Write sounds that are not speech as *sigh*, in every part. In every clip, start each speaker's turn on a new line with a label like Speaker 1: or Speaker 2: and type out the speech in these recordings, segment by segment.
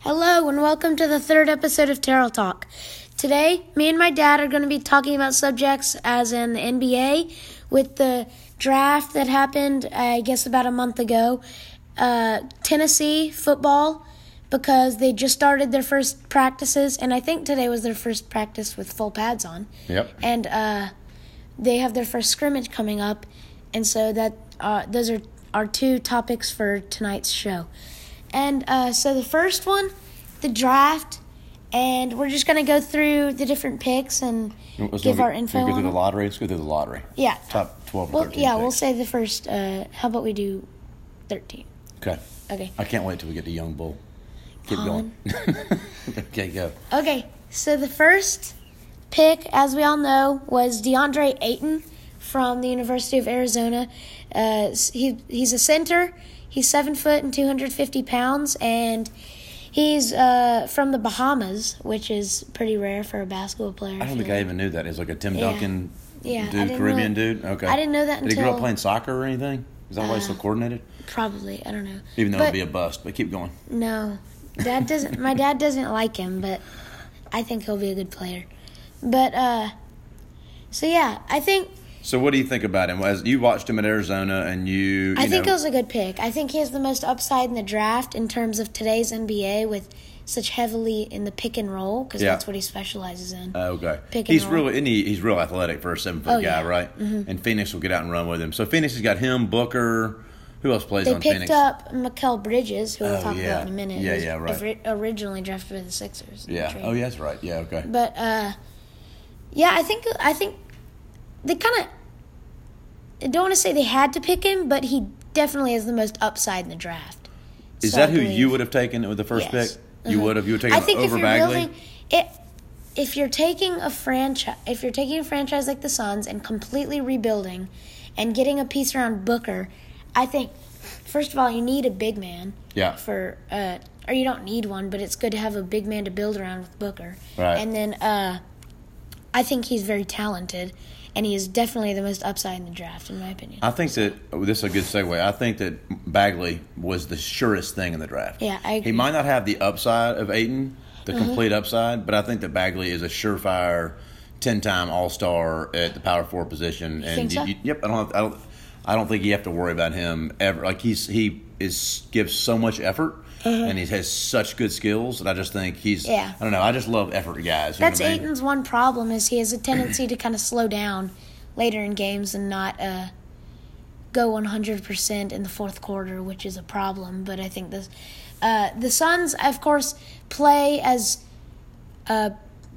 Speaker 1: Hello, and welcome to the third episode of Terrell Talk. Today, me and my dad are going to be talking about subjects as in the NBA with the draft that happened, uh, I guess, about a month ago, uh, Tennessee football, because they just started their first practices, and I think today was their first practice with full pads on.
Speaker 2: Yep.
Speaker 1: And uh, they have their first scrimmage coming up, and so that uh, those are our two topics for tonight's show. And uh, so the first one, the draft, and we're just gonna go through the different picks and
Speaker 2: Let's
Speaker 1: give
Speaker 2: go,
Speaker 1: our info
Speaker 2: Go through
Speaker 1: on
Speaker 2: the
Speaker 1: it.
Speaker 2: lottery. Let's go through the lottery.
Speaker 1: Yeah.
Speaker 2: Top twelve. and
Speaker 1: Well,
Speaker 2: 13
Speaker 1: yeah, we'll
Speaker 2: picks.
Speaker 1: say the first. Uh, how about we do thirteen?
Speaker 2: Okay.
Speaker 1: Okay.
Speaker 2: I can't wait till we get to Young Bull. Keep *laughs* going. okay, go.
Speaker 1: Okay, so the first pick, as we all know, was DeAndre Ayton from the University of Arizona. Uh, s- he he's a center. He's seven foot and two hundred fifty pounds, and he's uh, from the Bahamas, which is pretty rare for a basketball player.
Speaker 2: I don't think
Speaker 1: feel
Speaker 2: I even knew that. He's like a Tim
Speaker 1: Yeah.
Speaker 2: Duncan
Speaker 1: Yeah, I
Speaker 2: dude,
Speaker 1: didn't
Speaker 2: Caribbean
Speaker 1: know-
Speaker 2: dude. Okay.
Speaker 1: I didn't know that
Speaker 2: Did he grow
Speaker 1: until-
Speaker 2: up playing soccer or anything? Is that why he's so coordinated?
Speaker 1: like. probably. I don't know.
Speaker 2: Even though
Speaker 1: But-
Speaker 2: it'd be a bust, but keep going.
Speaker 1: No, dad doesn't. my dad doesn't like him, but I think he'll be a good player. But uh, so yeah, I think
Speaker 2: So, what do you think about him? As you watched him at Arizona, and you, you
Speaker 1: I think
Speaker 2: know,
Speaker 1: it was a good pick. I think he has the most upside in the draft in terms of today's NBA with such heavily in the pick and roll because
Speaker 2: Yeah.
Speaker 1: that's what he specializes in.
Speaker 2: Oh, okay.
Speaker 1: Pick and
Speaker 2: he's
Speaker 1: roll.
Speaker 2: real, and he, he's real athletic for a seven foot
Speaker 1: Oh,
Speaker 2: guy,
Speaker 1: yeah.
Speaker 2: right? And Phoenix will get out and run with him. So Phoenix has got him, Booker. Who else plays
Speaker 1: they
Speaker 2: on
Speaker 1: picked
Speaker 2: Phoenix?
Speaker 1: up Mikel Bridges, who we'll
Speaker 2: Oh,
Speaker 1: talk
Speaker 2: yeah.
Speaker 1: about in a minute.
Speaker 2: Yeah,
Speaker 1: who was
Speaker 2: yeah, right.
Speaker 1: ori- originally drafted by the Sixers. in the
Speaker 2: yeah.
Speaker 1: trade.
Speaker 2: Oh, yeah, that's right. Yeah, okay.
Speaker 1: But uh, yeah, I think I think they kind of I don't want to say they had to pick him, but he definitely has the most upside in the draft.
Speaker 2: Is
Speaker 1: So I
Speaker 2: that who
Speaker 1: believe-
Speaker 2: you would have taken with the first
Speaker 1: Yes. Mm-hmm.
Speaker 2: pick? You would have. You would have
Speaker 1: I
Speaker 2: taken
Speaker 1: think
Speaker 2: him
Speaker 1: if
Speaker 2: over
Speaker 1: you're
Speaker 2: Bagley.
Speaker 1: really it, if you're taking a franchise, if you're taking a franchise like the Suns and completely rebuilding, and getting a piece around Booker, I think first of all you need a big man.
Speaker 2: Yeah.
Speaker 1: For uh, or you don't need one, but it's good to have a big man to build around with Booker.
Speaker 2: Right.
Speaker 1: And then uh, I think he's very talented, and he is definitely the most upside in the draft, in my opinion.
Speaker 2: I think that oh, this is a good segue. I think that Bagley was the surest thing in the draft.
Speaker 1: Yeah, I agree. Uh-huh.
Speaker 2: He might not have the upside of Aiton, the complete upside, but I think that Bagley is a surefire ten-time All-Star at the power forward position.
Speaker 1: think
Speaker 2: and
Speaker 1: so?
Speaker 2: yep, I don't, have, I don't, I don't think you have to worry about him ever. Like he's he is gives so much effort. And he has such good skills that I just think he's.
Speaker 1: Uh-huh. Yeah.
Speaker 2: I don't know. I just love effort guys. you know
Speaker 1: That's
Speaker 2: what I mean?
Speaker 1: Aiton's one problem is he has a tendency to kind of slow down later in games and not uh, go 100% in the fourth quarter, which is a problem. But I think this, uh, the Suns, of course, play as uh,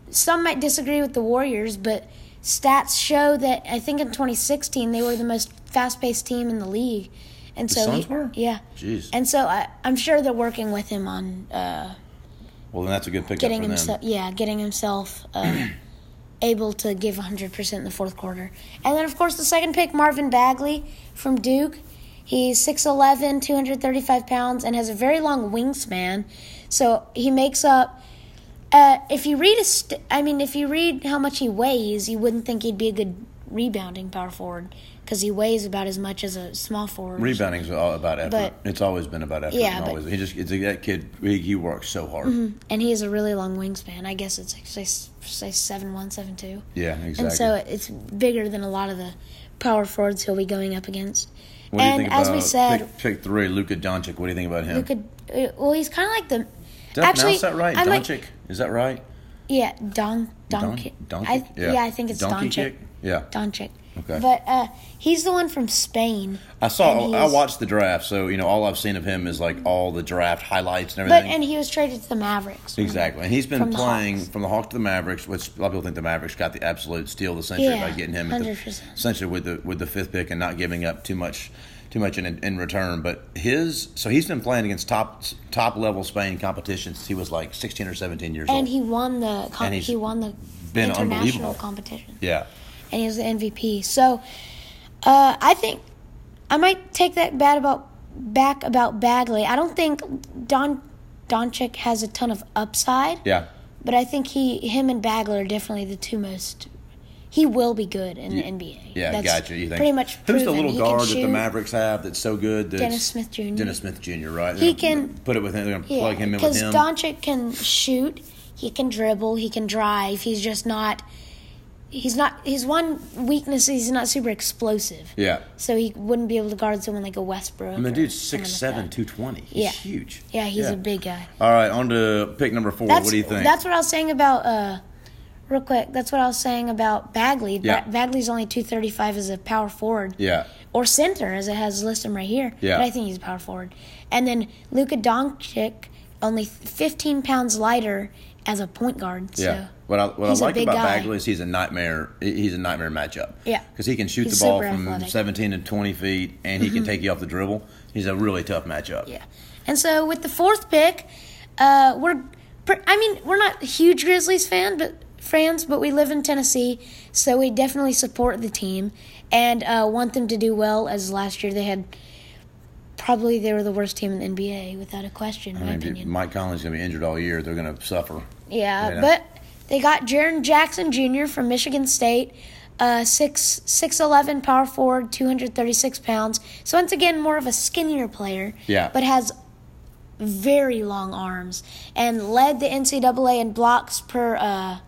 Speaker 1: some might disagree with the Warriors, but stats show that I think in 2016 they were the most fast-paced team in the league, and so
Speaker 2: Suns
Speaker 1: he-
Speaker 2: were?
Speaker 1: yeah.
Speaker 2: Jeez.
Speaker 1: And so I, I'm sure they're working with him on uh,
Speaker 2: well, then that's a good pickup
Speaker 1: getting
Speaker 2: for them.
Speaker 1: himself yeah getting himself
Speaker 2: *clears throat*
Speaker 1: uh, able to give 100% in the fourth quarter and then of course the second pick marvin bagley from duke he's 6'11 235 pounds and has a very long wingspan so he makes up uh, if you read a st- i mean if you read how much he weighs you wouldn't think he'd be a good rebounding power forward because he weighs about as much as a small forward or
Speaker 2: Rebounding's all about effort.
Speaker 1: But-
Speaker 2: it's always been about effort.
Speaker 1: Yeah,
Speaker 2: and
Speaker 1: but- Mm-hmm.
Speaker 2: always, he just it's, that kid. He, he works so hard.
Speaker 1: and he has a really long wingspan. I guess it's like size size seven one, seven two.
Speaker 2: Yeah, exactly.
Speaker 1: And so it's bigger than a lot of the power forwards he'll be going up against.
Speaker 2: What do you
Speaker 1: and
Speaker 2: think
Speaker 1: as we
Speaker 2: about
Speaker 1: said,
Speaker 2: pick, pick three, Luka Doncic. What do you think about him?
Speaker 1: you could. uh, Well, he's kind of like the.
Speaker 2: Did I
Speaker 1: actually,
Speaker 2: pronounce that right?
Speaker 1: I'm like-
Speaker 2: Doncic. Is that right?
Speaker 1: yeah, Don
Speaker 2: Don-
Speaker 1: Doncic.
Speaker 2: Doncic?
Speaker 1: I, yeah. I think it's
Speaker 2: Donkey
Speaker 1: Doncic.
Speaker 2: kick? Yeah,
Speaker 1: Doncic.
Speaker 2: Okay.
Speaker 1: But uh, he's the one from Spain.
Speaker 2: I
Speaker 1: and
Speaker 2: saw. I
Speaker 1: he's-
Speaker 2: watched the draft, so you know all I've seen of him is like all the draft highlights and everything.
Speaker 1: But and he was traded to the Mavericks.
Speaker 2: Exactly. And he's been
Speaker 1: From the
Speaker 2: playing
Speaker 1: Hawks.
Speaker 2: from the Hawk to the Mavericks, which a lot of people think the Mavericks got the absolute steal of the century
Speaker 1: Yeah,
Speaker 2: by getting him at the,
Speaker 1: 100%.
Speaker 2: essentially with the with the fifth pick and not giving up too much too much in, in return. But his so he's been playing against top top level Spain competition since he was like sixteen or seventeen years
Speaker 1: And
Speaker 2: old.
Speaker 1: he won the com-
Speaker 2: And he's
Speaker 1: he won the
Speaker 2: been
Speaker 1: international
Speaker 2: unbelievable.
Speaker 1: competition.
Speaker 2: yeah.
Speaker 1: and he was the MVP. So uh, I think I might take that bad about back about Bagley. I don't think Don Doncic has a ton of upside,
Speaker 2: Yeah.
Speaker 1: but I think he him and Bagley are definitely the two most. he will be good in the NBA.
Speaker 2: Yeah,
Speaker 1: That's
Speaker 2: gotcha. You think
Speaker 1: pretty much
Speaker 2: who's
Speaker 1: proven.
Speaker 2: the little
Speaker 1: He can
Speaker 2: guard that the
Speaker 1: shoot.
Speaker 2: Mavericks have that's so good? That's
Speaker 1: Dennis Smith Jr..
Speaker 2: Dennis Smith Jr. Right?
Speaker 1: He
Speaker 2: They're gonna
Speaker 1: can-
Speaker 2: put it with him. They're gonna
Speaker 1: Yeah,
Speaker 2: plug him in with him.
Speaker 1: Doncic can shoot, he can dribble, he can drive. He's just not. He's not. His one weakness is he's not super explosive.
Speaker 2: yeah,
Speaker 1: So he wouldn't be able to guard someone like a Westbrook.
Speaker 2: I mean,
Speaker 1: or
Speaker 2: dude's
Speaker 1: someone
Speaker 2: six
Speaker 1: like
Speaker 2: seven,
Speaker 1: that.
Speaker 2: two twenty. He's
Speaker 1: Yeah.
Speaker 2: huge.
Speaker 1: Yeah, he's a big guy.
Speaker 2: All right, on to pick number four.
Speaker 1: That's,
Speaker 2: what do you think?
Speaker 1: That's what I was saying about. Uh, real quick, that's what I was saying about Bagley. Ba-
Speaker 2: Yeah.
Speaker 1: Bagley's only two thirty five as a power forward.
Speaker 2: yeah,
Speaker 1: or center, as it has listed him right here.
Speaker 2: Yeah.
Speaker 1: But I think he's a power forward. And then Luka Doncic, only 15 pounds lighter as a point guard. So.
Speaker 2: yeah. What I what I
Speaker 1: he's a
Speaker 2: like
Speaker 1: big
Speaker 2: about
Speaker 1: guy.
Speaker 2: Bagley is he's a nightmare. he- He's a nightmare matchup.
Speaker 1: Yeah.
Speaker 2: because he can shoot
Speaker 1: He's
Speaker 2: the ball
Speaker 1: super
Speaker 2: from
Speaker 1: athletic. Mm-hmm.
Speaker 2: seventeen to twenty feet, and he can take you off the dribble. He's a really tough matchup.
Speaker 1: Yeah. And so with the fourth pick, uh, we're, pr- I mean, we're not huge Grizzlies fan, but fans, but we live in Tennessee, so we definitely support the team and uh, want them to do well. As last year, they had probably they were the worst team in the NBA without a question, in
Speaker 2: I
Speaker 1: my
Speaker 2: mean, if
Speaker 1: opinion.
Speaker 2: Mike Conley's gonna be injured all year. They're gonna suffer.
Speaker 1: Yeah,
Speaker 2: Yeah.
Speaker 1: but they got Jaron Jackson Jr. from Michigan State, uh, six six eleven power forward, two hundred thirty six pounds. So once again, more of a skinnier player.
Speaker 2: Yeah.
Speaker 1: but has very long arms and led the NCAA in blocks per uh,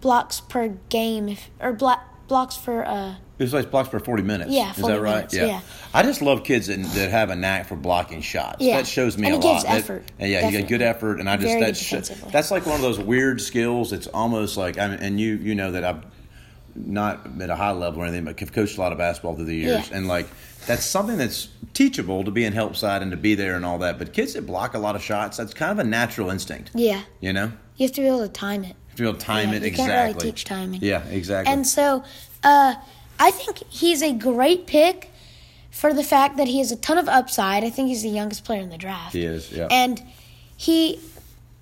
Speaker 1: blocks per game if, or blo- blocks for uh,
Speaker 2: He plays blocks for 40 minutes.
Speaker 1: Yeah,
Speaker 2: Is
Speaker 1: 40
Speaker 2: that right?
Speaker 1: minutes, yeah.
Speaker 2: I just love kids that, that have a knack for blocking shots.
Speaker 1: Yeah.
Speaker 2: That shows me
Speaker 1: And
Speaker 2: a
Speaker 1: he
Speaker 2: lot.
Speaker 1: gives
Speaker 2: That-
Speaker 1: effort,
Speaker 2: and yeah, he got good
Speaker 1: definitely.
Speaker 2: effort and I just
Speaker 1: Very
Speaker 2: that
Speaker 1: good
Speaker 2: sh-
Speaker 1: defensively.
Speaker 2: that's like one of those weird skills. It's almost like I mean, and you you know that I've not at a high level or anything, but have coached a lot of basketball through the years
Speaker 1: Yeah.
Speaker 2: and like that's something that's teachable to be in help side and to be there and all that. But kids that block a lot of shots, that's kind of a natural instinct.
Speaker 1: yeah.
Speaker 2: You know?
Speaker 1: You have to be able to time it.
Speaker 2: If you don't time
Speaker 1: Yeah,
Speaker 2: it
Speaker 1: you can't
Speaker 2: exactly.
Speaker 1: really teach timing.
Speaker 2: Yeah, exactly.
Speaker 1: And so, uh, I think he's a great pick for the fact that he has a ton of upside. I think he's the youngest player in the draft.
Speaker 2: He is, yeah.
Speaker 1: And he,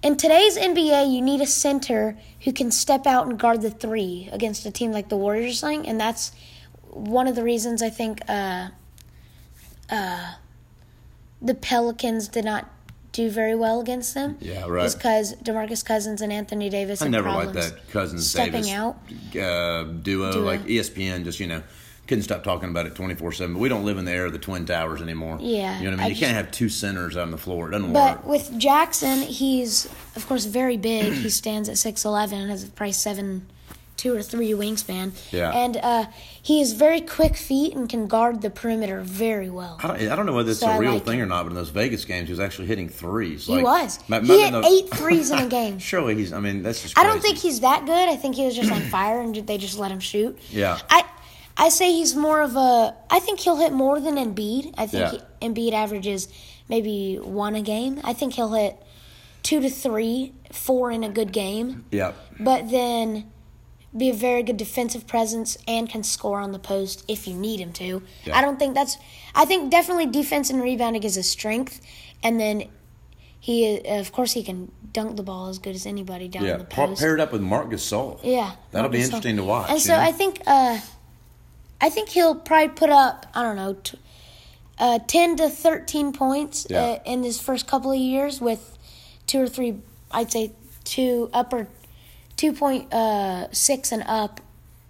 Speaker 1: in today's NBA, you need a center who can step out and guard the three against a team like the Warriors or something. And that's one of the reasons I think uh, uh, the Pelicans did not do very well against them.
Speaker 2: Yeah, right.
Speaker 1: because Demarcus Cousins and Anthony Davis.
Speaker 2: I
Speaker 1: had
Speaker 2: never liked
Speaker 1: problems.
Speaker 2: that Cousins
Speaker 1: stepping
Speaker 2: Davis
Speaker 1: out.
Speaker 2: Uh, duo,
Speaker 1: Duo.
Speaker 2: like ESPN. Just you know, couldn't stop talking about it twenty four seven. But we don't live in the era of the twin towers anymore.
Speaker 1: Yeah,
Speaker 2: you know what I mean.
Speaker 1: I
Speaker 2: you can't have two centers on the floor. It doesn't
Speaker 1: But
Speaker 2: work.
Speaker 1: with Jackson, he's of course very big.
Speaker 2: *clears throat*
Speaker 1: he stands at six eleven and has probably seven, two or three wingspan.
Speaker 2: Yeah.
Speaker 1: And uh, he is very quick feet and can guard the perimeter very well.
Speaker 2: I don't, I don't know whether it's
Speaker 1: So I
Speaker 2: a real
Speaker 1: like
Speaker 2: thing or not, but in those Vegas games, he was actually hitting threes.
Speaker 1: He was.
Speaker 2: ma- ma-
Speaker 1: he had
Speaker 2: those-
Speaker 1: eight threes
Speaker 2: *laughs*
Speaker 1: in a game.
Speaker 2: Surely he's. I mean, that's just.
Speaker 1: I
Speaker 2: Crazy.
Speaker 1: don't think he's that good. I think he was just on fire and they just let him shoot.
Speaker 2: Yeah.
Speaker 1: I I say he's more of a. I think he'll hit more than Embiid. I think
Speaker 2: Yeah.
Speaker 1: he, Embiid averages maybe one a game. I think he'll hit two to three, four in a good game.
Speaker 2: Yeah.
Speaker 1: but then be a very good defensive presence and can score on the post if you need him to.
Speaker 2: Yeah.
Speaker 1: I don't think that's. I think definitely defense and rebounding is his strength, and then he of course he can dunk the ball as good as anybody down
Speaker 2: Yeah.
Speaker 1: the
Speaker 2: Pa-
Speaker 1: post.
Speaker 2: paired up with Mark Gasol.
Speaker 1: yeah,
Speaker 2: That'll be
Speaker 1: Marcus
Speaker 2: interesting
Speaker 1: Sol-
Speaker 2: to watch.
Speaker 1: And
Speaker 2: you
Speaker 1: so
Speaker 2: know?
Speaker 1: I think uh, I think he'll probably put up I don't know, t- uh, ten to thirteen points
Speaker 2: Yeah.
Speaker 1: uh, in his first couple of years with two or three. I'd say two upper, two point uh, six and up,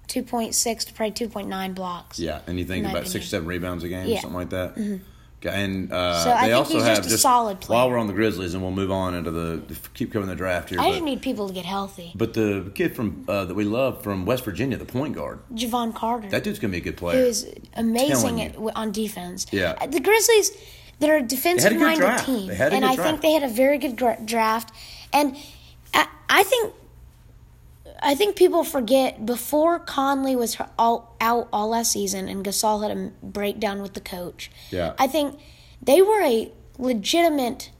Speaker 1: two point six to probably two point nine blocks.
Speaker 2: Yeah, and you think
Speaker 1: my
Speaker 2: about six,
Speaker 1: opinion.
Speaker 2: seven rebounds a game,
Speaker 1: Yeah. Mm-hmm.
Speaker 2: something like that. Okay, And uh,
Speaker 1: So I
Speaker 2: they
Speaker 1: think
Speaker 2: also
Speaker 1: he's
Speaker 2: have
Speaker 1: just a solid player.
Speaker 2: While we're on the Grizzlies, and we'll move on into the keep covering the draft here.
Speaker 1: I
Speaker 2: but,
Speaker 1: just need people to get healthy.
Speaker 2: but the kid from uh, that we love from West Virginia, the point guard,
Speaker 1: Javon Carter.
Speaker 2: that dude's gonna be a good
Speaker 1: who
Speaker 2: player.
Speaker 1: is amazing
Speaker 2: Telling
Speaker 1: at,
Speaker 2: you.
Speaker 1: on defense.
Speaker 2: Yeah.
Speaker 1: Uh, The Grizzlies, they're a defensive minded
Speaker 2: draft.
Speaker 1: team.
Speaker 2: They had a
Speaker 1: and
Speaker 2: good
Speaker 1: I
Speaker 2: draft.
Speaker 1: think they had a very good gra- draft. And I, I think. I think people forget before Conley was h- all, out all last season and Gasol had a m- breakdown with the coach.
Speaker 2: Yeah.
Speaker 1: I think they were a legitimate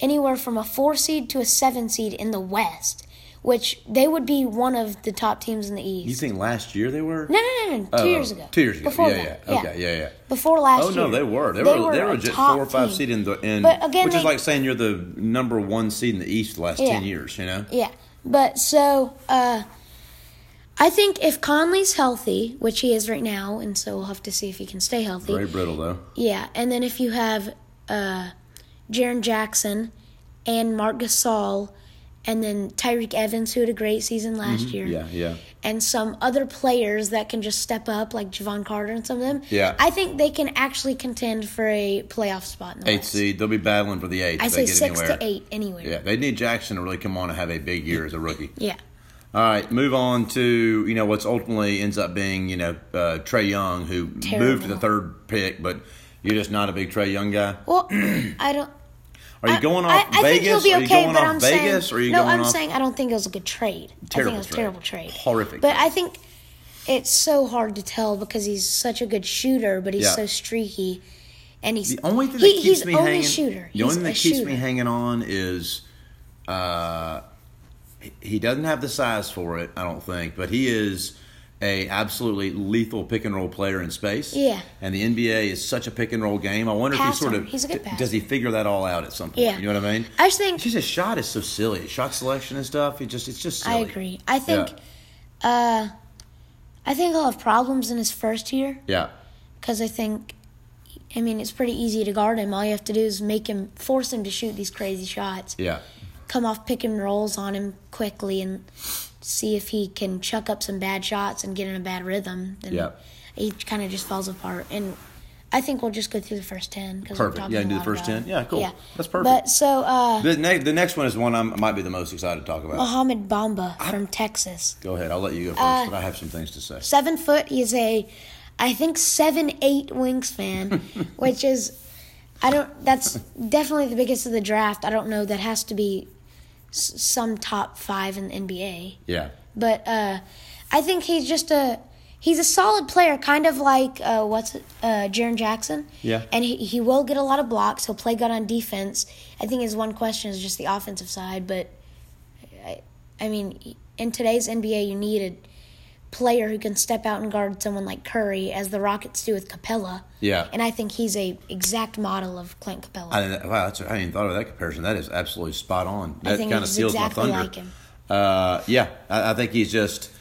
Speaker 1: anywhere from a four seed to a seven seed in the West, which they would be one of the top teams in the East.
Speaker 2: you think last year they were?
Speaker 1: No, no, no, no. Two
Speaker 2: Oh,
Speaker 1: years ago.
Speaker 2: Two years ago.
Speaker 1: Before
Speaker 2: yeah,
Speaker 1: that.
Speaker 2: yeah. Okay, yeah, yeah.
Speaker 1: Before last
Speaker 2: Oh
Speaker 1: year.
Speaker 2: no, they were. They, were. They
Speaker 1: a
Speaker 2: were just
Speaker 1: top
Speaker 2: four or five
Speaker 1: team.
Speaker 2: seed in the in,
Speaker 1: But again,
Speaker 2: which is
Speaker 1: they-
Speaker 2: like saying you're the number one seed in the East the last
Speaker 1: Yeah.
Speaker 2: ten years. You know.
Speaker 1: Yeah, but so uh, I think if Conley's healthy, which he is right now, and so we'll have to see if he can stay healthy.
Speaker 2: Very brittle though.
Speaker 1: Yeah, and then if you have uh, Jaron Jackson and Mark Gasol and then Tyreek Evans, who had a great season last year,
Speaker 2: Mm-hmm. Yeah, yeah.
Speaker 1: and some other players that can just step up, like Javon Carter and some of them.
Speaker 2: Yeah.
Speaker 1: I think they can actually contend for a playoff spot in the
Speaker 2: Eight
Speaker 1: West.
Speaker 2: seed. They'll be battling for the eight.
Speaker 1: I
Speaker 2: if they
Speaker 1: say
Speaker 2: get
Speaker 1: six
Speaker 2: anywhere.
Speaker 1: to eight anywhere.
Speaker 2: Yeah, they need Jackson to really come on and have a big year as a rookie.
Speaker 1: Yeah.
Speaker 2: All right, move on to you know what's ultimately ends up being you know uh, Trey Young, who moved
Speaker 1: Terrible.
Speaker 2: to the third pick, but you're just not a big Trey Young guy. *clears throat*
Speaker 1: Well, I don't.
Speaker 2: Are you
Speaker 1: I-
Speaker 2: going
Speaker 1: I,
Speaker 2: off
Speaker 1: I think he'll
Speaker 2: Vegas?
Speaker 1: be
Speaker 2: Are you
Speaker 1: okay,
Speaker 2: going
Speaker 1: but
Speaker 2: off
Speaker 1: I'm
Speaker 2: Vegas?
Speaker 1: saying
Speaker 2: Or are you
Speaker 1: no.
Speaker 2: going
Speaker 1: I'm
Speaker 2: off?
Speaker 1: saying I don't think it was a good trade. I think
Speaker 2: Terrible
Speaker 1: it was a
Speaker 2: trade.
Speaker 1: terrible trade.
Speaker 2: Horrific
Speaker 1: But
Speaker 2: trade.
Speaker 1: I think it's so hard to tell because he's such a good shooter, but he's
Speaker 2: Yeah.
Speaker 1: so streaky, and he's
Speaker 2: The only thing
Speaker 1: he-
Speaker 2: that keeps
Speaker 1: he's
Speaker 2: me
Speaker 1: only
Speaker 2: hanging,
Speaker 1: shooter.
Speaker 2: the
Speaker 1: He's
Speaker 2: only thing
Speaker 1: a
Speaker 2: that keeps
Speaker 1: shooter.
Speaker 2: me hanging on is, uh, he- he doesn't have the size for it. I don't think, but he is a absolutely lethal pick and roll player in space.
Speaker 1: Yeah.
Speaker 2: and the NBA is such a pick and roll game. I wonder if
Speaker 1: Passer.
Speaker 2: he sort of
Speaker 1: He's a good
Speaker 2: d-
Speaker 1: passer.
Speaker 2: does he figure that all out at some point.
Speaker 1: Yeah.
Speaker 2: you know what I mean.
Speaker 1: I just think
Speaker 2: It's just his shot is so silly. His shot selection and stuff. It just it's just. Silly.
Speaker 1: I agree. I think
Speaker 2: Yeah.
Speaker 1: uh, I think he'll have problems in his first year
Speaker 2: Yeah.
Speaker 1: because I think I mean it's pretty easy to guard him. All you have to do is make him force him to shoot these crazy shots.
Speaker 2: Yeah.
Speaker 1: Come off pick and rolls on him quickly and see if he can chuck up some bad shots and get in a bad rhythm. Then
Speaker 2: Yeah.
Speaker 1: he kind of just falls apart. And I think we'll just go through the first ten because
Speaker 2: Perfect. Yeah, do the first 10. Yeah, cool. That's perfect.
Speaker 1: But so uh,
Speaker 2: The next the next one is one I'm, I might be the most excited to talk about.
Speaker 1: Mohammed Bamba from Texas.
Speaker 2: Go ahead. I'll let you go first,
Speaker 1: Uh,
Speaker 2: but I have some things to say.
Speaker 1: seven foot. He's a, I think seven eight wingspan, which is, I don't. That's definitely the biggest of the draft. I don't know. That has to be s- some top five in the NBA.
Speaker 2: Yeah.
Speaker 1: But uh, I think he's just a. He's a solid player, kind of like uh, what's it, uh, Jaron Jackson.
Speaker 2: Yeah.
Speaker 1: and he he will get a lot of blocks. He'll play good on defense. I think his one question is just the offensive side, but I, I mean, in today's NBA, you need a player who can step out and guard someone like Curry, as the Rockets do with Capella.
Speaker 2: Yeah.
Speaker 1: and I think he's a exact model of Clint Capella.
Speaker 2: I, didn't- wow, that's, I hadn't even thought of that comparison. That is absolutely spot on. That
Speaker 1: think
Speaker 2: kind of
Speaker 1: he's
Speaker 2: steals
Speaker 1: exactly
Speaker 2: my thunder.
Speaker 1: like him.
Speaker 2: Uh, yeah, I, I think he's just.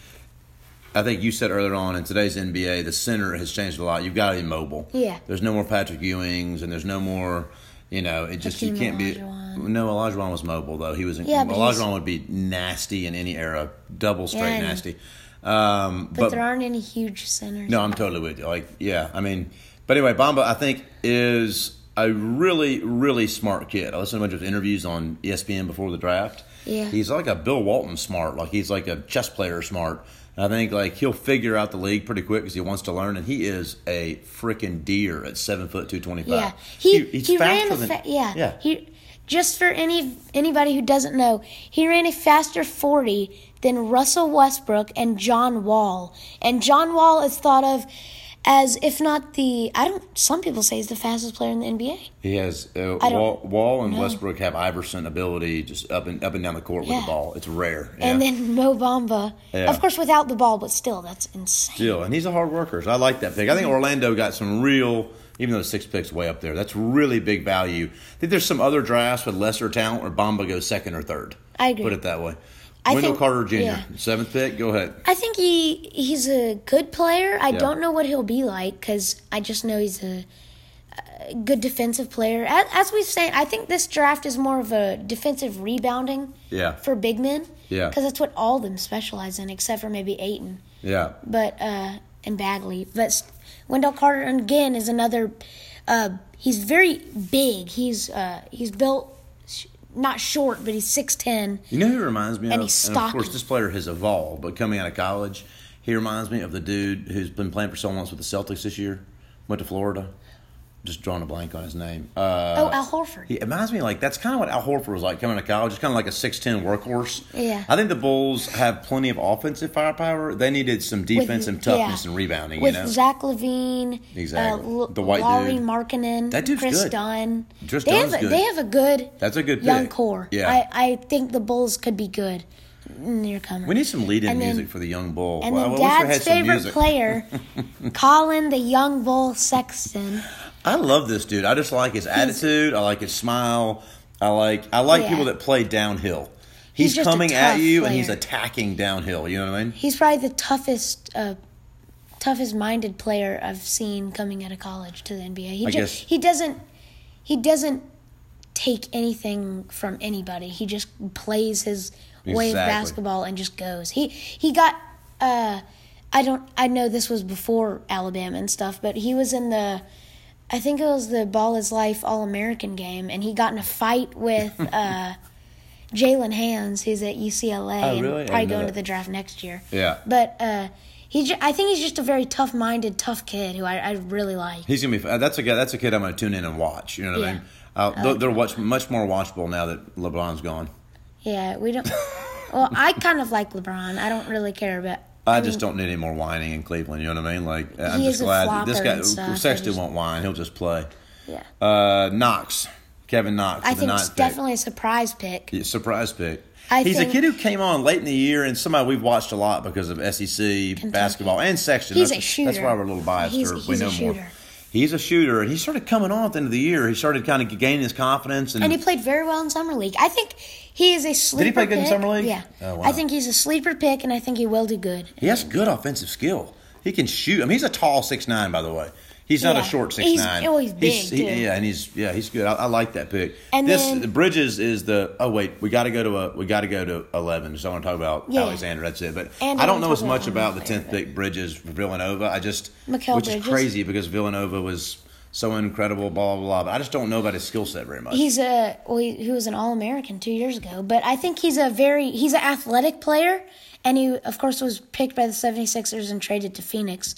Speaker 2: I think you said earlier on in today's NBA, the center has changed a lot. You've got to be mobile.
Speaker 1: Yeah.
Speaker 2: There's no more Patrick Ewing's, and there's no more. You know, it just you
Speaker 1: Hakeem
Speaker 2: can't be.
Speaker 1: Olajuwon.
Speaker 2: No, Olajuwon was mobile though. He was.
Speaker 1: Yeah, but he's-
Speaker 2: Olajuwon would be nasty in any era, double straight
Speaker 1: Yeah, I know.
Speaker 2: nasty. Um,
Speaker 1: but, there aren't any huge centers.
Speaker 2: no, I'm totally with you. Like, yeah, I mean, but anyway, Bamba, I think is a really, really smart kid. I listened to a bunch of interviews on E ESPN before the draft.
Speaker 1: Yeah.
Speaker 2: he's like a Bill Walton smart. Like he's like a chess player smart. And I think like he'll figure out the league pretty quick because he wants to learn, and he is a freaking deer at seven foot two twenty five.
Speaker 1: Yeah, he he, ran a
Speaker 2: than
Speaker 1: fa- yeah
Speaker 2: yeah.
Speaker 1: he just for any anybody who doesn't know he ran a faster forty than Russell Westbrook and John Wall and John Wall is thought of as if not the I don't some people say he's the fastest player in the NBA
Speaker 2: He has uh,
Speaker 1: I don't
Speaker 2: Wall, Wall and
Speaker 1: know.
Speaker 2: Westbrook have Iverson ability just up and up and down the court with
Speaker 1: Yeah.
Speaker 2: the ball. It's rare.
Speaker 1: and
Speaker 2: Yeah.
Speaker 1: then Mo Bamba
Speaker 2: Yeah.
Speaker 1: of course without the ball but still that's insane
Speaker 2: deal, and he's a hard worker. So I like that pick. I think Orlando got some real, even though the six picks way up there, that's really big value. I think there's some other drafts with lesser talent where Bamba goes second or third.
Speaker 1: I agree.
Speaker 2: Put it that way.
Speaker 1: I
Speaker 2: Wendell
Speaker 1: think-
Speaker 2: Carter Jr.
Speaker 1: yeah.
Speaker 2: Seventh pick. Go ahead.
Speaker 1: I think he he's a good player. I
Speaker 2: Yeah.
Speaker 1: don't know what he'll be like because I just know he's a, a good defensive player. As, as we've said, I think this draft is more of a defensive rebounding
Speaker 2: Yeah.
Speaker 1: for big men.
Speaker 2: Yeah.
Speaker 1: because that's what all of them specialize in, except for maybe Aiton,
Speaker 2: Yeah.
Speaker 1: but uh, and Bagley. But s- Wendell Carter again is another. Uh, he's very big. He's uh, he's built sh- not short, but he's six ten.
Speaker 2: You know who he reminds me
Speaker 1: And
Speaker 2: of?
Speaker 1: he's
Speaker 2: and of course,
Speaker 1: stocky.
Speaker 2: this player has evolved, but coming out of college, he reminds me of the dude who's been playing for someone else with the Celtics this year, went to Florida. Just drawing a blank on his name. Uh,
Speaker 1: oh, Al Horford.
Speaker 2: He reminds me like that's kind of what Al Horford was like coming to college. Just kind of like a six ten workhorse.
Speaker 1: Yeah.
Speaker 2: I think the Bulls have plenty of offensive firepower. They needed some defense and toughness
Speaker 1: yeah.
Speaker 2: and rebounding.
Speaker 1: with
Speaker 2: you know,
Speaker 1: Zach Levine,
Speaker 2: Exactly.
Speaker 1: uh, L-
Speaker 2: The white
Speaker 1: Lauri
Speaker 2: dude.
Speaker 1: Markkinen,
Speaker 2: That dude's
Speaker 1: Chris
Speaker 2: good.
Speaker 1: Dunn.
Speaker 2: Chris
Speaker 1: they
Speaker 2: Dunn's
Speaker 1: have a,
Speaker 2: good.
Speaker 1: they have a good
Speaker 2: that's a good
Speaker 1: young
Speaker 2: pick.
Speaker 1: core.
Speaker 2: Yeah,
Speaker 1: I, I think the Bulls could be good near coming.
Speaker 2: we need some lead in
Speaker 1: and then-
Speaker 2: music for the young bull.
Speaker 1: and then
Speaker 2: Well, I wish we had
Speaker 1: Dad's
Speaker 2: some
Speaker 1: favorite
Speaker 2: music.
Speaker 1: player,
Speaker 2: *laughs*
Speaker 1: Colin the Young Bull Sexton.
Speaker 2: I love this dude. I just like his attitude. I like his smile. I like I like
Speaker 1: Yeah.
Speaker 2: people that play downhill.
Speaker 1: He's
Speaker 2: He's,
Speaker 1: just a
Speaker 2: coming at
Speaker 1: tough
Speaker 2: you and he's
Speaker 1: player.
Speaker 2: attacking downhill. You know what I mean?
Speaker 1: He's probably the toughest, uh, toughest minded player I've seen coming out of college to the NBA. He
Speaker 2: I
Speaker 1: ju-
Speaker 2: guess-
Speaker 1: he doesn't he doesn't take anything from anybody. He just plays his way of
Speaker 2: Exactly.
Speaker 1: basketball and just goes. He he got uh I don't I know this was before Alabama and stuff, but he was in the I think it was the Ball is Life All American game and he got in a fight with
Speaker 2: *laughs*
Speaker 1: uh Jalen Hands, who's at UCLA
Speaker 2: Oh, really? I
Speaker 1: and
Speaker 2: didn't
Speaker 1: probably
Speaker 2: know
Speaker 1: going to
Speaker 2: that.
Speaker 1: the draft next year.
Speaker 2: Yeah.
Speaker 1: But uh he ju- I think he's just a very tough-minded, tough kid who I, I really like.
Speaker 2: He's gonna be. uh, That's a guy. That's a kid I'm gonna tune in and watch. You know what
Speaker 1: Yeah. Oh.
Speaker 2: I mean? Uh, they're they're watch, much more watchable now that LeBron's gone.
Speaker 1: Yeah, we don't. well, I kind of like LeBron. I don't really care about.
Speaker 2: I just don't need any more whining in Cleveland. You know what I mean? Like uh, I'm
Speaker 1: He
Speaker 2: just
Speaker 1: is a
Speaker 2: glad this
Speaker 1: flopper
Speaker 2: guy
Speaker 1: and stuff. I
Speaker 2: Sexton
Speaker 1: just-
Speaker 2: won't whine. He'll just play.
Speaker 1: Yeah,
Speaker 2: Uh, Knox, Kevin Knox,
Speaker 1: I
Speaker 2: with the
Speaker 1: think it's
Speaker 2: ninth pick.
Speaker 1: definitely a surprise pick.
Speaker 2: Yeah, surprise pick.
Speaker 1: I
Speaker 2: He's
Speaker 1: think-
Speaker 2: a kid who came on late in the year and somebody we've watched a lot because of SEC basketball and Sexton.
Speaker 1: He's
Speaker 2: that's,
Speaker 1: a
Speaker 2: That's why
Speaker 1: shooter.
Speaker 2: we're a little biased.
Speaker 1: He's-
Speaker 2: or we
Speaker 1: he's a
Speaker 2: know more.
Speaker 1: shooter.
Speaker 2: He's a shooter, and he started coming on at the end of the year. He started kind of gaining his confidence, and,
Speaker 1: And he played very well in summer league. I think he is a sleeper.
Speaker 2: play good in
Speaker 1: pick.
Speaker 2: summer league?
Speaker 1: Yeah,
Speaker 2: Oh, wow.
Speaker 1: I think he's a sleeper pick, and I think he will do good.
Speaker 2: he has good offensive skill. He can shoot. I mean, he's a tall six nine, by the way. He's not
Speaker 1: Yeah.
Speaker 2: a short six
Speaker 1: He's-
Speaker 2: nine.
Speaker 1: oh, he's big,
Speaker 2: he-
Speaker 1: too.
Speaker 2: yeah, and he's yeah, he's good. I, I like that pick.
Speaker 1: And
Speaker 2: this
Speaker 1: then-
Speaker 2: Bridges is the oh wait, we got to go to a we got to go to eleven. So I want to talk about
Speaker 1: Yeah.
Speaker 2: Alexander. That's it. But
Speaker 1: And I
Speaker 2: I don't
Speaker 1: wanna
Speaker 2: know
Speaker 1: talk
Speaker 2: as much
Speaker 1: about
Speaker 2: about the tenth pick Bridges for Villanova. I just
Speaker 1: Mikal
Speaker 2: which
Speaker 1: Bridges.
Speaker 2: is crazy because Villanova was so incredible. Blah blah blah. But I just don't know about his skill set very much.
Speaker 1: He's a well, he, he was an All American two years ago, but I think he's a very he's an athletic player, and he of course was picked by the 76ers and traded to Phoenix.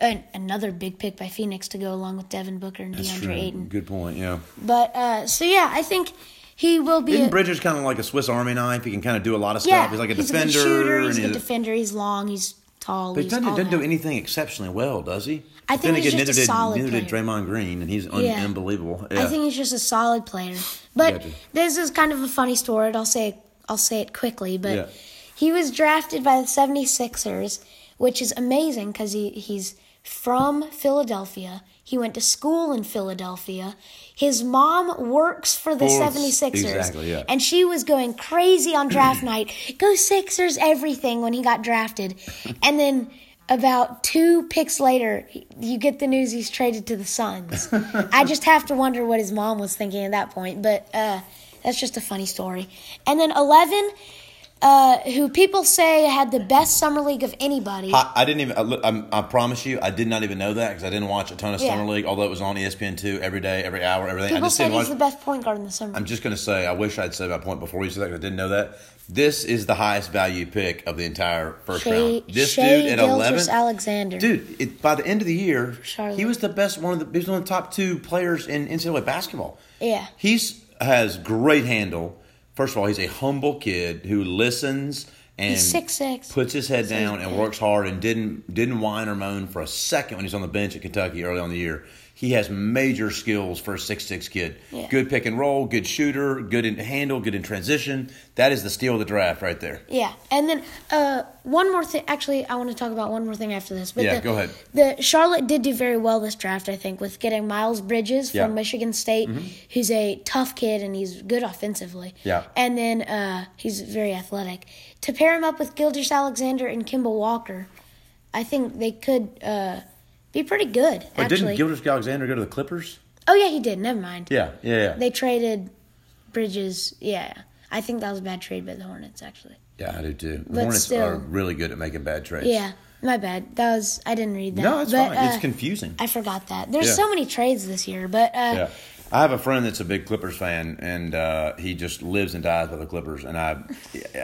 Speaker 1: An another big pick by Phoenix to go along with Devin Booker and
Speaker 2: That's
Speaker 1: DeAndre
Speaker 2: true.
Speaker 1: Ayton.
Speaker 2: Good point. Yeah.
Speaker 1: But uh, so yeah, I think he will be.
Speaker 2: Isn't
Speaker 1: a-
Speaker 2: Bridges kind of like a Swiss Army knife? He can kind of do a lot of stuff. he's like a
Speaker 1: good
Speaker 2: defender.
Speaker 1: shooter.
Speaker 2: and
Speaker 1: He's a good
Speaker 2: he's-
Speaker 1: defender. He's long. He's tall.
Speaker 2: But he
Speaker 1: he's
Speaker 2: doesn't,
Speaker 1: all
Speaker 2: doesn't do
Speaker 1: that.
Speaker 2: anything exceptionally well, does he?
Speaker 1: I
Speaker 2: But then
Speaker 1: think he's
Speaker 2: again,
Speaker 1: just
Speaker 2: neither
Speaker 1: a solid
Speaker 2: did, neither
Speaker 1: player.
Speaker 2: did Draymond Green, and he's un-
Speaker 1: Yeah.
Speaker 2: unbelievable. Yeah.
Speaker 1: I think he's just a solid player. But
Speaker 2: Gotcha.
Speaker 1: this is kind of a funny story. and I'll say I'll say it quickly. But
Speaker 2: Yeah.
Speaker 1: he was drafted by the 76ers, which is amazing because he, he's from Philadelphia. He went to school in Philadelphia. His mom works for the
Speaker 2: For-
Speaker 1: 76ers.
Speaker 2: exactly, yeah.
Speaker 1: And she was going crazy on
Speaker 2: *clears throat*
Speaker 1: draft night. Go Sixers, everything when he got
Speaker 2: *laughs*
Speaker 1: drafted. And then about two picks later, you get the news he's traded to the
Speaker 2: *laughs*
Speaker 1: Suns. I just have to wonder what his mom was thinking at that point. But uh, that's just a funny story. And then 11, uh, who people say had the best summer league of anybody.
Speaker 2: I, I didn't even. I, look- I'm- I promise you, I did not even know that because I didn't watch a ton of
Speaker 1: Yeah.
Speaker 2: summer league, although it was on E ESPN two every day, every hour, everything. I
Speaker 1: people
Speaker 2: just
Speaker 1: said
Speaker 2: didn't watch.
Speaker 1: he's the best point guard in the summer.
Speaker 2: I'm just gonna say, I wish I'd said my point before you said that. 'cause I didn't know that. This is the highest value pick of the entire first
Speaker 1: Shea,
Speaker 2: round. This
Speaker 1: Shea
Speaker 2: dude at
Speaker 1: Gilgeous
Speaker 2: 11.
Speaker 1: Alexander.
Speaker 2: Dude, it, by the end of the year,
Speaker 1: Charlotte.
Speaker 2: he was the best one of the he was one of the top two players in NCAA basketball.
Speaker 1: Yeah.
Speaker 2: he's has great handle. First of all, he's a humble kid who listens and
Speaker 1: He's 6'6".
Speaker 2: puts his head
Speaker 1: he's
Speaker 2: down and
Speaker 1: big.
Speaker 2: works hard and didn't didn't whine or moan for a second when he's on the bench at Kentucky early on the year. He has major skills for a six six kid.
Speaker 1: Yeah.
Speaker 2: Good pick and roll, good shooter, good in handle, good in transition. That is the steal of the draft right there.
Speaker 1: Yeah, and then uh, one more thing. Actually, I want to talk about one more thing after this. But
Speaker 2: Yeah,
Speaker 1: the,
Speaker 2: go ahead.
Speaker 1: The Charlotte did do very well this draft, I think, with getting Miles Bridges
Speaker 2: Yeah. Mm-hmm.
Speaker 1: from Michigan State, who's a tough kid and he's good offensively.
Speaker 2: Yeah.
Speaker 1: and then uh, he's very athletic. To pair him up with Gilgis Alexander and Kimball Walker, I think they could uh, be pretty good.
Speaker 2: But
Speaker 1: actually,
Speaker 2: Oh, didn't Gildas Alexander go to the Clippers?
Speaker 1: oh yeah, he did. Never mind.
Speaker 2: Yeah, yeah, yeah.
Speaker 1: They traded Bridges. Yeah, I think that was a bad trade by the Hornets, actually.
Speaker 2: Yeah, I do too. The
Speaker 1: But
Speaker 2: Hornets
Speaker 1: still-
Speaker 2: are really good at making bad trades.
Speaker 1: Yeah, my bad. That was I didn't read that.
Speaker 2: No, it's
Speaker 1: but,
Speaker 2: fine. it's
Speaker 1: uh,
Speaker 2: confusing.
Speaker 1: I forgot that. There's
Speaker 2: Yeah.
Speaker 1: so many trades this year, but uh,
Speaker 2: yeah. I have a friend that's a big Clippers fan, and uh, he just lives and dies by the Clippers. And I,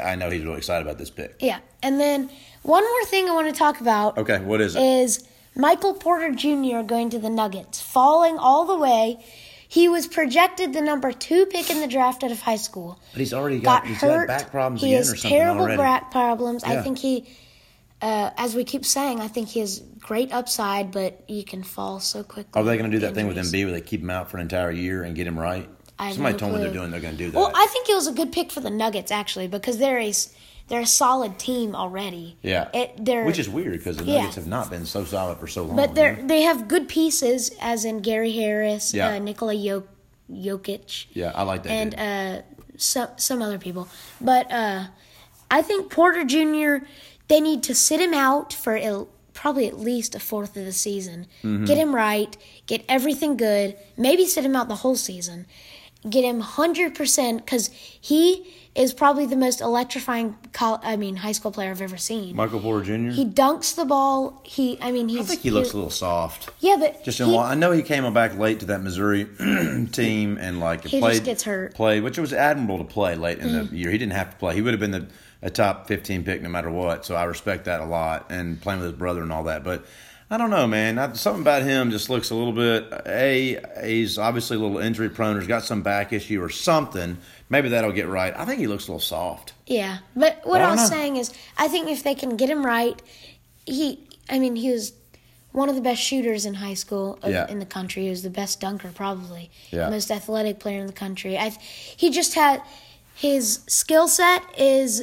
Speaker 2: I know he's really excited about this pick.
Speaker 1: yeah. And then one more thing I want to talk about
Speaker 2: Okay, what is it?
Speaker 1: is Michael Porter Jr. going to the Nuggets, falling all the way. He was projected the number two pick in the draft out of high school.
Speaker 2: but he's already got,
Speaker 1: Got
Speaker 2: he's
Speaker 1: hurt.
Speaker 2: got back problems
Speaker 1: he
Speaker 2: again
Speaker 1: has
Speaker 2: or something
Speaker 1: terrible
Speaker 2: already.
Speaker 1: back problems. I
Speaker 2: Yeah.
Speaker 1: think he, uh, as we keep saying, I think he has great upside, but he can fall so quickly.
Speaker 2: are they going to do that thing with
Speaker 1: Injuries.
Speaker 2: MB where they keep him out for an entire year and get him right?
Speaker 1: I have
Speaker 2: Somebody
Speaker 1: no
Speaker 2: told me they're
Speaker 1: clue.
Speaker 2: doing they're going to do that.
Speaker 1: Well, I think it was a good pick for the Nuggets actually because they're a s- they're a solid team already.
Speaker 2: yeah,
Speaker 1: it, they're
Speaker 2: which is weird because the
Speaker 1: Yeah.
Speaker 2: Nuggets have not been so solid for so long.
Speaker 1: but they're
Speaker 2: you know?
Speaker 1: they have good pieces as in Gary Harris,
Speaker 2: Yeah.
Speaker 1: uh, Nikola Jok- Jokic,
Speaker 2: yeah, I like that.
Speaker 1: and
Speaker 2: dude.
Speaker 1: uh, some some other people. But uh, I think Porter Jr. They need to sit him out for il- probably at least a fourth of the
Speaker 2: Mm-hmm.
Speaker 1: season. Get him right. Get everything good. Maybe sit him out the whole season. get him 100% because he is probably the most electrifying col- I mean high school player I've ever seen.
Speaker 2: Michael Porter Jr.
Speaker 1: He dunks the ball. He, I mean, he's.
Speaker 2: I think he looks a little soft.
Speaker 1: Yeah, but
Speaker 2: Just
Speaker 1: he-
Speaker 2: in law, I know he came back late to that Missouri *clears throat* team and like
Speaker 1: He just
Speaker 2: played,
Speaker 1: gets hurt. Mm.
Speaker 2: played, which was admirable to play late in the year. He didn't have to play. He would have been the a top fifteen pick no matter what. So I respect that a lot and playing with his brother and all that. But I don't know, man. I, something about him just looks a little bit. A he's obviously a little injury prone. or He's got some back issue or something. Maybe that'll get right. I think he looks a little soft.
Speaker 1: Yeah, but what
Speaker 2: I
Speaker 1: I,
Speaker 2: don't
Speaker 1: was
Speaker 2: know.
Speaker 1: saying is, I think if they can get him right, he, I mean, he was one of the best shooters in high school of,
Speaker 2: Yeah.
Speaker 1: in the country. He was the best dunker, probably,
Speaker 2: Yeah.
Speaker 1: most athletic player in the country. I, he just had his skill set is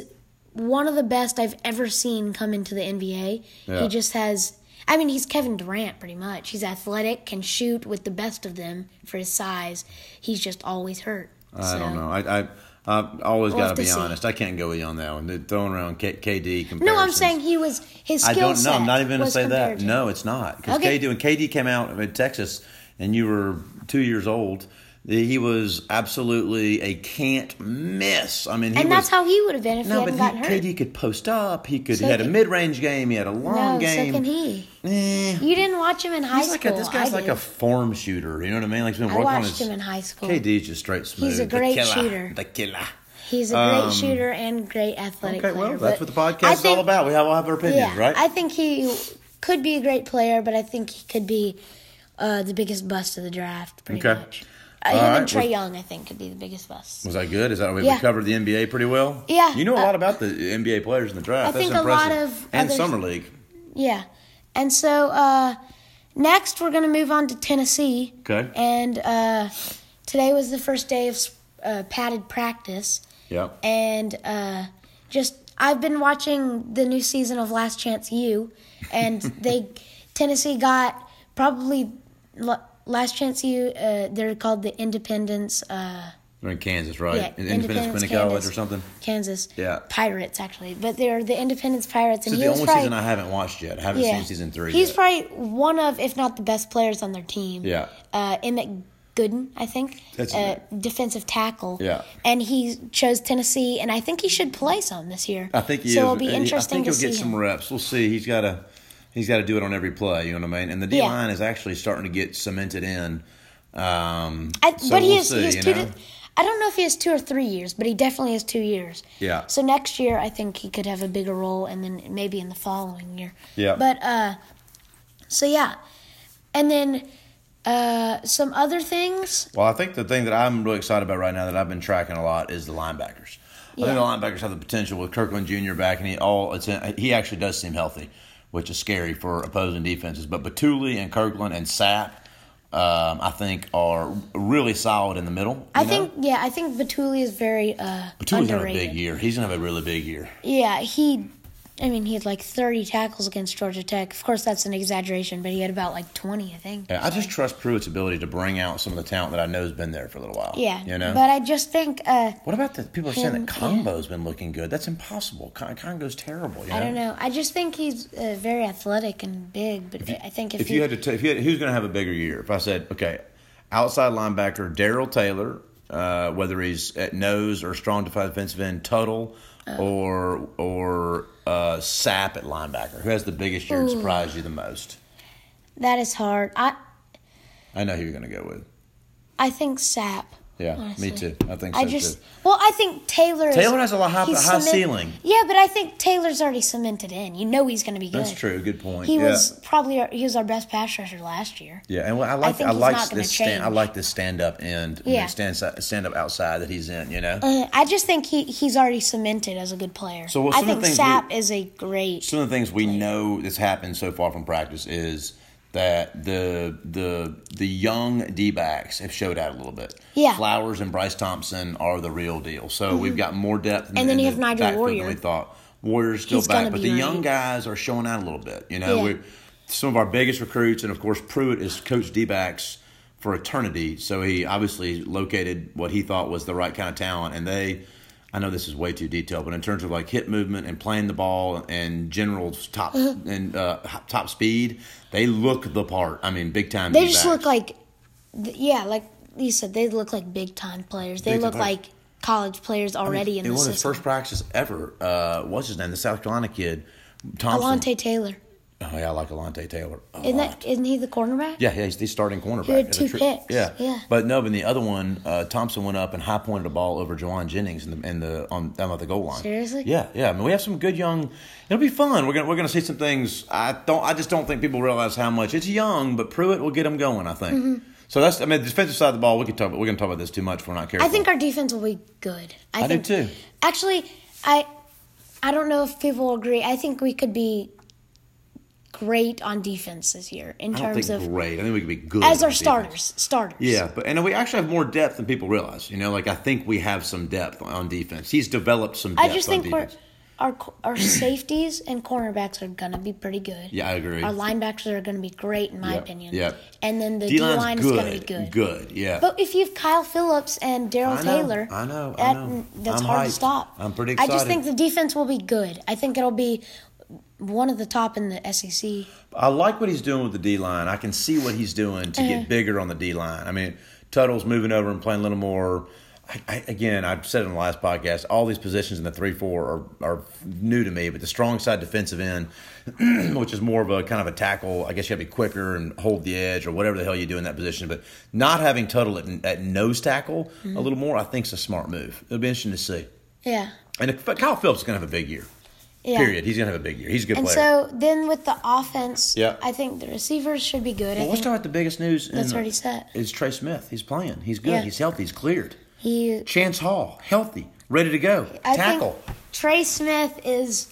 Speaker 1: one of the best I've ever seen come into the NBA.
Speaker 2: Yeah.
Speaker 1: He just has. I mean, he's Kevin Durant pretty much. He's athletic, can shoot with the best of them for his size. He's just always hurt.
Speaker 2: I don't
Speaker 1: So-
Speaker 2: know. I. I I've always
Speaker 1: We'll
Speaker 2: got
Speaker 1: have
Speaker 2: to
Speaker 1: to
Speaker 2: be
Speaker 1: see.
Speaker 2: honest. I can't go with you on that one. They're throwing around K- KD comparisons.
Speaker 1: No, I'm saying he was his
Speaker 2: I
Speaker 1: skill
Speaker 2: don't know.
Speaker 1: set
Speaker 2: I'm not even going to
Speaker 1: was
Speaker 2: say
Speaker 1: compared
Speaker 2: that.
Speaker 1: to-
Speaker 2: No, it's not. Because
Speaker 1: Okay.
Speaker 2: KD, when KD came out in Texas and you were two years old, he was absolutely a can't miss. I mean, he
Speaker 1: and
Speaker 2: was,
Speaker 1: that's how he would have been if
Speaker 2: no,
Speaker 1: he hadn't
Speaker 2: but
Speaker 1: gotten
Speaker 2: he,
Speaker 1: hurt.
Speaker 2: KD could post up. He could.
Speaker 1: So
Speaker 2: he had a
Speaker 1: can-
Speaker 2: mid range game. He had a long
Speaker 1: no,
Speaker 2: game.
Speaker 1: so can he.
Speaker 2: Eh,
Speaker 1: You didn't watch him in high
Speaker 2: he's like
Speaker 1: school.
Speaker 2: a, this guy's
Speaker 1: I
Speaker 2: like
Speaker 1: did.
Speaker 2: a form shooter. You know what I mean? Like he's been
Speaker 1: I
Speaker 2: working on
Speaker 1: watched
Speaker 2: his.
Speaker 1: him in high school.
Speaker 2: KD's just straight smooth.
Speaker 1: a
Speaker 2: The
Speaker 1: great
Speaker 2: killer.
Speaker 1: shooter.
Speaker 2: The killer.
Speaker 1: He's a great
Speaker 2: um,
Speaker 1: shooter and great athletic
Speaker 2: Okay,
Speaker 1: player.
Speaker 2: well, that's what
Speaker 1: but
Speaker 2: the podcast
Speaker 1: I
Speaker 2: is all
Speaker 1: think-
Speaker 2: about. We have all have our
Speaker 1: Yeah,
Speaker 2: opinions, right?
Speaker 1: I think he could be a great player, but I think he could be uh, the biggest bust of the draft, pretty
Speaker 2: Okay.
Speaker 1: much. Uh,
Speaker 2: All
Speaker 1: him
Speaker 2: right,
Speaker 1: and Trey
Speaker 2: well-
Speaker 1: Young, I think, could be the biggest bust.
Speaker 2: Was that good? Is that we
Speaker 1: Yeah.
Speaker 2: covered the NBA pretty well?
Speaker 1: Yeah.
Speaker 2: You know a
Speaker 1: Uh,
Speaker 2: lot about the NBA players in the draft.
Speaker 1: I
Speaker 2: That's
Speaker 1: think a
Speaker 2: impressive.
Speaker 1: lot of
Speaker 2: and
Speaker 1: others-
Speaker 2: summer league.
Speaker 1: Yeah. And so uh, next we're going to move on to Tennessee.
Speaker 2: Okay.
Speaker 1: And uh, today was the first day of uh, padded practice.
Speaker 2: Yeah.
Speaker 1: And uh, just, I've been watching the new season of Last Chance U,
Speaker 2: *laughs*
Speaker 1: and they, Tennessee got probably La- Last Chance U, uh, they're called the Independence. Uh,
Speaker 2: They're in Kansas, right?
Speaker 1: Yeah,
Speaker 2: in Independence
Speaker 1: Independence,
Speaker 2: Community College
Speaker 1: Kansas.
Speaker 2: or something.
Speaker 1: Kansas
Speaker 2: Yeah.
Speaker 1: Pirates actually, but they're the Independence Pirates, and
Speaker 2: This is
Speaker 1: he
Speaker 2: the
Speaker 1: was
Speaker 2: only
Speaker 1: probably
Speaker 2: season I haven't watched yet. I haven't seen season three.
Speaker 1: He's
Speaker 2: yet.
Speaker 1: probably one of, if not the best players on their team.
Speaker 2: Yeah.
Speaker 1: Uh, Emmett Gooden, I think.
Speaker 2: That's
Speaker 1: uh,
Speaker 2: it.
Speaker 1: defensive tackle.
Speaker 2: Yeah.
Speaker 1: And he chose Tennessee, and I think he should play some this year.
Speaker 2: I think he
Speaker 1: so
Speaker 2: is.
Speaker 1: it'll be
Speaker 2: and he-
Speaker 1: interesting
Speaker 2: I think
Speaker 1: to
Speaker 2: he'll
Speaker 1: see
Speaker 2: get some
Speaker 1: him.
Speaker 2: reps. We'll see. He's got to he's got to do it on every play. You know what I mean? And the D
Speaker 1: Yeah.
Speaker 2: line is actually starting to get cemented in. Um,
Speaker 1: I,
Speaker 2: so
Speaker 1: but he
Speaker 2: we'll
Speaker 1: has,
Speaker 2: see,
Speaker 1: he has
Speaker 2: you
Speaker 1: two.
Speaker 2: know?
Speaker 1: To, I don't know if he has two or three years, but he definitely has two years.
Speaker 2: Yeah.
Speaker 1: So next year, I think he could have a bigger role, and then maybe in the following year.
Speaker 2: Yeah.
Speaker 1: But uh, so yeah, and then uh, some other things.
Speaker 2: Well, I think the thing that I'm really excited about right now that I've been tracking a lot is the linebackers.
Speaker 1: Yeah.
Speaker 2: I think the linebackers have the potential with Kirkland Jr. back, and he all it's he actually does seem healthy, which is scary for opposing defenses. But Batuli and Kirkland and Sapp, um, I think, are really solid in the middle. you
Speaker 1: I
Speaker 2: know?
Speaker 1: think yeah, I think Batuli is very uh,
Speaker 2: Batuli's gonna have a
Speaker 1: underrated.
Speaker 2: big year. He's gonna have a really big year.
Speaker 1: Yeah, he. I mean, he had like 30 tackles against Georgia Tech. Of course, that's an exaggeration, but he had about like 20, I think.
Speaker 2: Yeah, I just trust Pruitt's ability to bring out some of the talent that I know has been there for a little while.
Speaker 1: Yeah,
Speaker 2: you know.
Speaker 1: but I just think uh,
Speaker 2: what about the people are saying
Speaker 1: Him,
Speaker 2: that Combo's been looking good? That's impossible. Con- Congo's terrible. You
Speaker 1: I don't know. I just think he's uh, very athletic and big, but I think if,
Speaker 2: If
Speaker 1: he,
Speaker 2: you had to, t- if you had, who's going to have a bigger year? If I said, okay, outside linebacker Daryl Taylor, uh, whether he's at nose or strong defensive end Tuttle,
Speaker 1: Oh.
Speaker 2: or or uh, Sap at linebacker, who has the biggest year and surprised you the most?
Speaker 1: that is hard. I
Speaker 2: I know who you're going to go with.
Speaker 1: I think Sap.
Speaker 2: Yeah,
Speaker 1: honestly.
Speaker 2: me too. I think so
Speaker 1: Oh, I just
Speaker 2: too.
Speaker 1: well, I think Taylor.
Speaker 2: Taylor
Speaker 1: is,
Speaker 2: has a lot high-
Speaker 1: he's
Speaker 2: high ceiling.
Speaker 1: Yeah, but I think Taylor's already cemented in. You know he's going to be good.
Speaker 2: That's true. Good point.
Speaker 1: He
Speaker 2: yeah.
Speaker 1: was probably our, he was our best pass rusher last year.
Speaker 2: Yeah, and well, I like I,
Speaker 1: think he's
Speaker 2: like
Speaker 1: not gonna
Speaker 2: this stand I
Speaker 1: change.
Speaker 2: like this stand up end, I mean,
Speaker 1: Yeah.
Speaker 2: stand si- stand up outside that he's in. You know,
Speaker 1: Uh, I just think he, he's already cemented as a good player.
Speaker 2: So, well,
Speaker 1: I
Speaker 2: some of
Speaker 1: think
Speaker 2: the things
Speaker 1: Sap is a great.
Speaker 2: some of the things we know that's happened so far from practice is that the the the young D backs have showed out a little bit.
Speaker 1: Yeah. Mm-hmm.
Speaker 2: Flowers and Bryce Thompson are the real deal. So we've got more depth. In
Speaker 1: And
Speaker 2: the,
Speaker 1: then
Speaker 2: in
Speaker 1: you
Speaker 2: the
Speaker 1: have Nigel
Speaker 2: backfield
Speaker 1: Warrior.
Speaker 2: Than we thought Warrior's still
Speaker 1: He's gonna
Speaker 2: back, but
Speaker 1: be
Speaker 2: the young
Speaker 1: ready.
Speaker 2: guys are showing out a little bit. You know,
Speaker 1: Yeah.
Speaker 2: we some of our biggest recruits, and of course Pruitt is coach D backs for eternity. So he obviously located what he thought was the right kind of talent, and they. I know this is way too detailed, but in terms of like hip movement and playing the ball and general top
Speaker 1: Uh-huh.
Speaker 2: and uh, top speed, they look the part. I mean, big time.
Speaker 1: They just
Speaker 2: D-backs.
Speaker 1: look like, th- yeah, like you said they look like big time players. They
Speaker 2: Big-time
Speaker 1: look
Speaker 2: players.
Speaker 1: like college players already
Speaker 2: in
Speaker 1: in the
Speaker 2: one of his
Speaker 1: system.
Speaker 2: first practices ever. Uh, what's his name? The South Carolina kid, Thompson.
Speaker 1: Alante Taylor.
Speaker 2: Oh yeah, I like Alante Taylor. Oh, a
Speaker 1: Isn't
Speaker 2: lot.
Speaker 1: that isn't he the cornerback?
Speaker 2: Yeah, yeah, he's the starting cornerback.
Speaker 1: had
Speaker 2: It's a
Speaker 1: two
Speaker 2: tri-
Speaker 1: picks.
Speaker 2: Yeah,
Speaker 1: Yeah.
Speaker 2: But no, but the other one, uh, Thompson went up and high pointed a ball over Jawan Jennings in the in the on down at the goal line.
Speaker 1: Seriously?
Speaker 2: Yeah, yeah. I mean, we have some good young. It'll be fun. We're gonna we're gonna see some things. I don't. I just don't think people realize how much it's young. But Pruitt will get them going. I think.
Speaker 1: Mm-hmm.
Speaker 2: So that's. I mean, the defensive side of the ball. We could talk. We're gonna talk about this too much. if We're not careful.
Speaker 1: I think our defense will be good. I,
Speaker 2: I do
Speaker 1: think,
Speaker 2: too.
Speaker 1: Actually, I I don't know if people will agree. I think we could be great on defense this year in
Speaker 2: I don't
Speaker 1: terms
Speaker 2: think
Speaker 1: of
Speaker 2: great. I think we could be good
Speaker 1: as
Speaker 2: on
Speaker 1: our
Speaker 2: defense.
Speaker 1: starters. Starters.
Speaker 2: Yeah, but and we actually have more depth than people realize. You know, like I think we have some depth on defense. He's developed some.
Speaker 1: I
Speaker 2: depth
Speaker 1: just
Speaker 2: on
Speaker 1: think we're,
Speaker 2: defense.
Speaker 1: our co-
Speaker 2: *clears throat*
Speaker 1: our safeties and cornerbacks are gonna be pretty good.
Speaker 2: Yeah, I agree.
Speaker 1: Our linebackers are gonna be great in my
Speaker 2: Yep,
Speaker 1: opinion.
Speaker 2: yep.
Speaker 1: And then the D
Speaker 2: D
Speaker 1: line
Speaker 2: line's
Speaker 1: is gonna be
Speaker 2: good.
Speaker 1: good.
Speaker 2: yeah.
Speaker 1: But if you have Kyle Phillips and Daryl
Speaker 2: I know,
Speaker 1: Taylor,
Speaker 2: I know, I
Speaker 1: that,
Speaker 2: know.
Speaker 1: that's
Speaker 2: I'm
Speaker 1: hard
Speaker 2: hyped.
Speaker 1: to stop.
Speaker 2: I'm pretty
Speaker 1: I just
Speaker 2: excited.
Speaker 1: think the defense will be good. I think it'll be one of the top in the E SEC.
Speaker 2: I like what he's doing with the D line. I can see what he's doing to
Speaker 1: Uh-huh.
Speaker 2: get bigger on the D line. I mean, Tuttle's moving over and playing a little more. I, I, again, I've said it in the last podcast, all these positions in the 3 4 are, are new to me, but the strong side defensive end, *clears throat* which is more of a kind of a tackle, I guess you got to be quicker and hold the edge or whatever the hell you do in that position. But not having Tuttle at, at nose tackle
Speaker 1: Mm-hmm.
Speaker 2: a little more, I think, is a smart move. It'll be interesting to see.
Speaker 1: Yeah.
Speaker 2: And if, Kyle Phillips is going to have a big year.
Speaker 1: Yeah.
Speaker 2: Period. He's going to have a big year. He's a good
Speaker 1: And
Speaker 2: player.
Speaker 1: so then with the offense,
Speaker 2: Yeah.
Speaker 1: I think the receivers should be good. I
Speaker 2: Well, let's
Speaker 1: think
Speaker 2: talk about the biggest news. in-
Speaker 1: That's already set.
Speaker 2: Is Trey Smith? He's playing. He's good.
Speaker 1: Yeah.
Speaker 2: He's healthy. He's cleared.
Speaker 1: he
Speaker 2: Chance Hall, healthy, ready to go.
Speaker 1: I
Speaker 2: Tackle.
Speaker 1: think Trey Smith is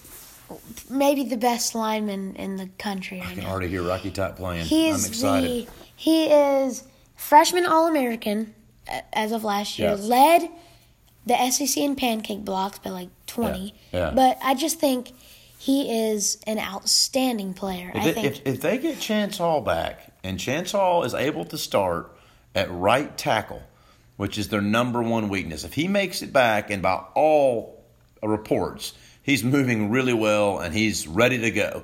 Speaker 1: maybe the best lineman in the country
Speaker 2: I
Speaker 1: right
Speaker 2: can
Speaker 1: now.
Speaker 2: already hear Rocky Top playing.
Speaker 1: He
Speaker 2: I'm
Speaker 1: is
Speaker 2: excited.
Speaker 1: the he is freshman All American as of last year.
Speaker 2: Yeah.
Speaker 1: Led the SEC in pancake blocks by like twenty.
Speaker 2: Yeah, yeah.
Speaker 1: But I just think he is an outstanding player. I
Speaker 2: If,
Speaker 1: think
Speaker 2: if, if they get Chance Hall back and Chance Hall is able to start at right tackle, which is their number one weakness, if he makes it back and by all reports, he's moving really well and he's ready to go.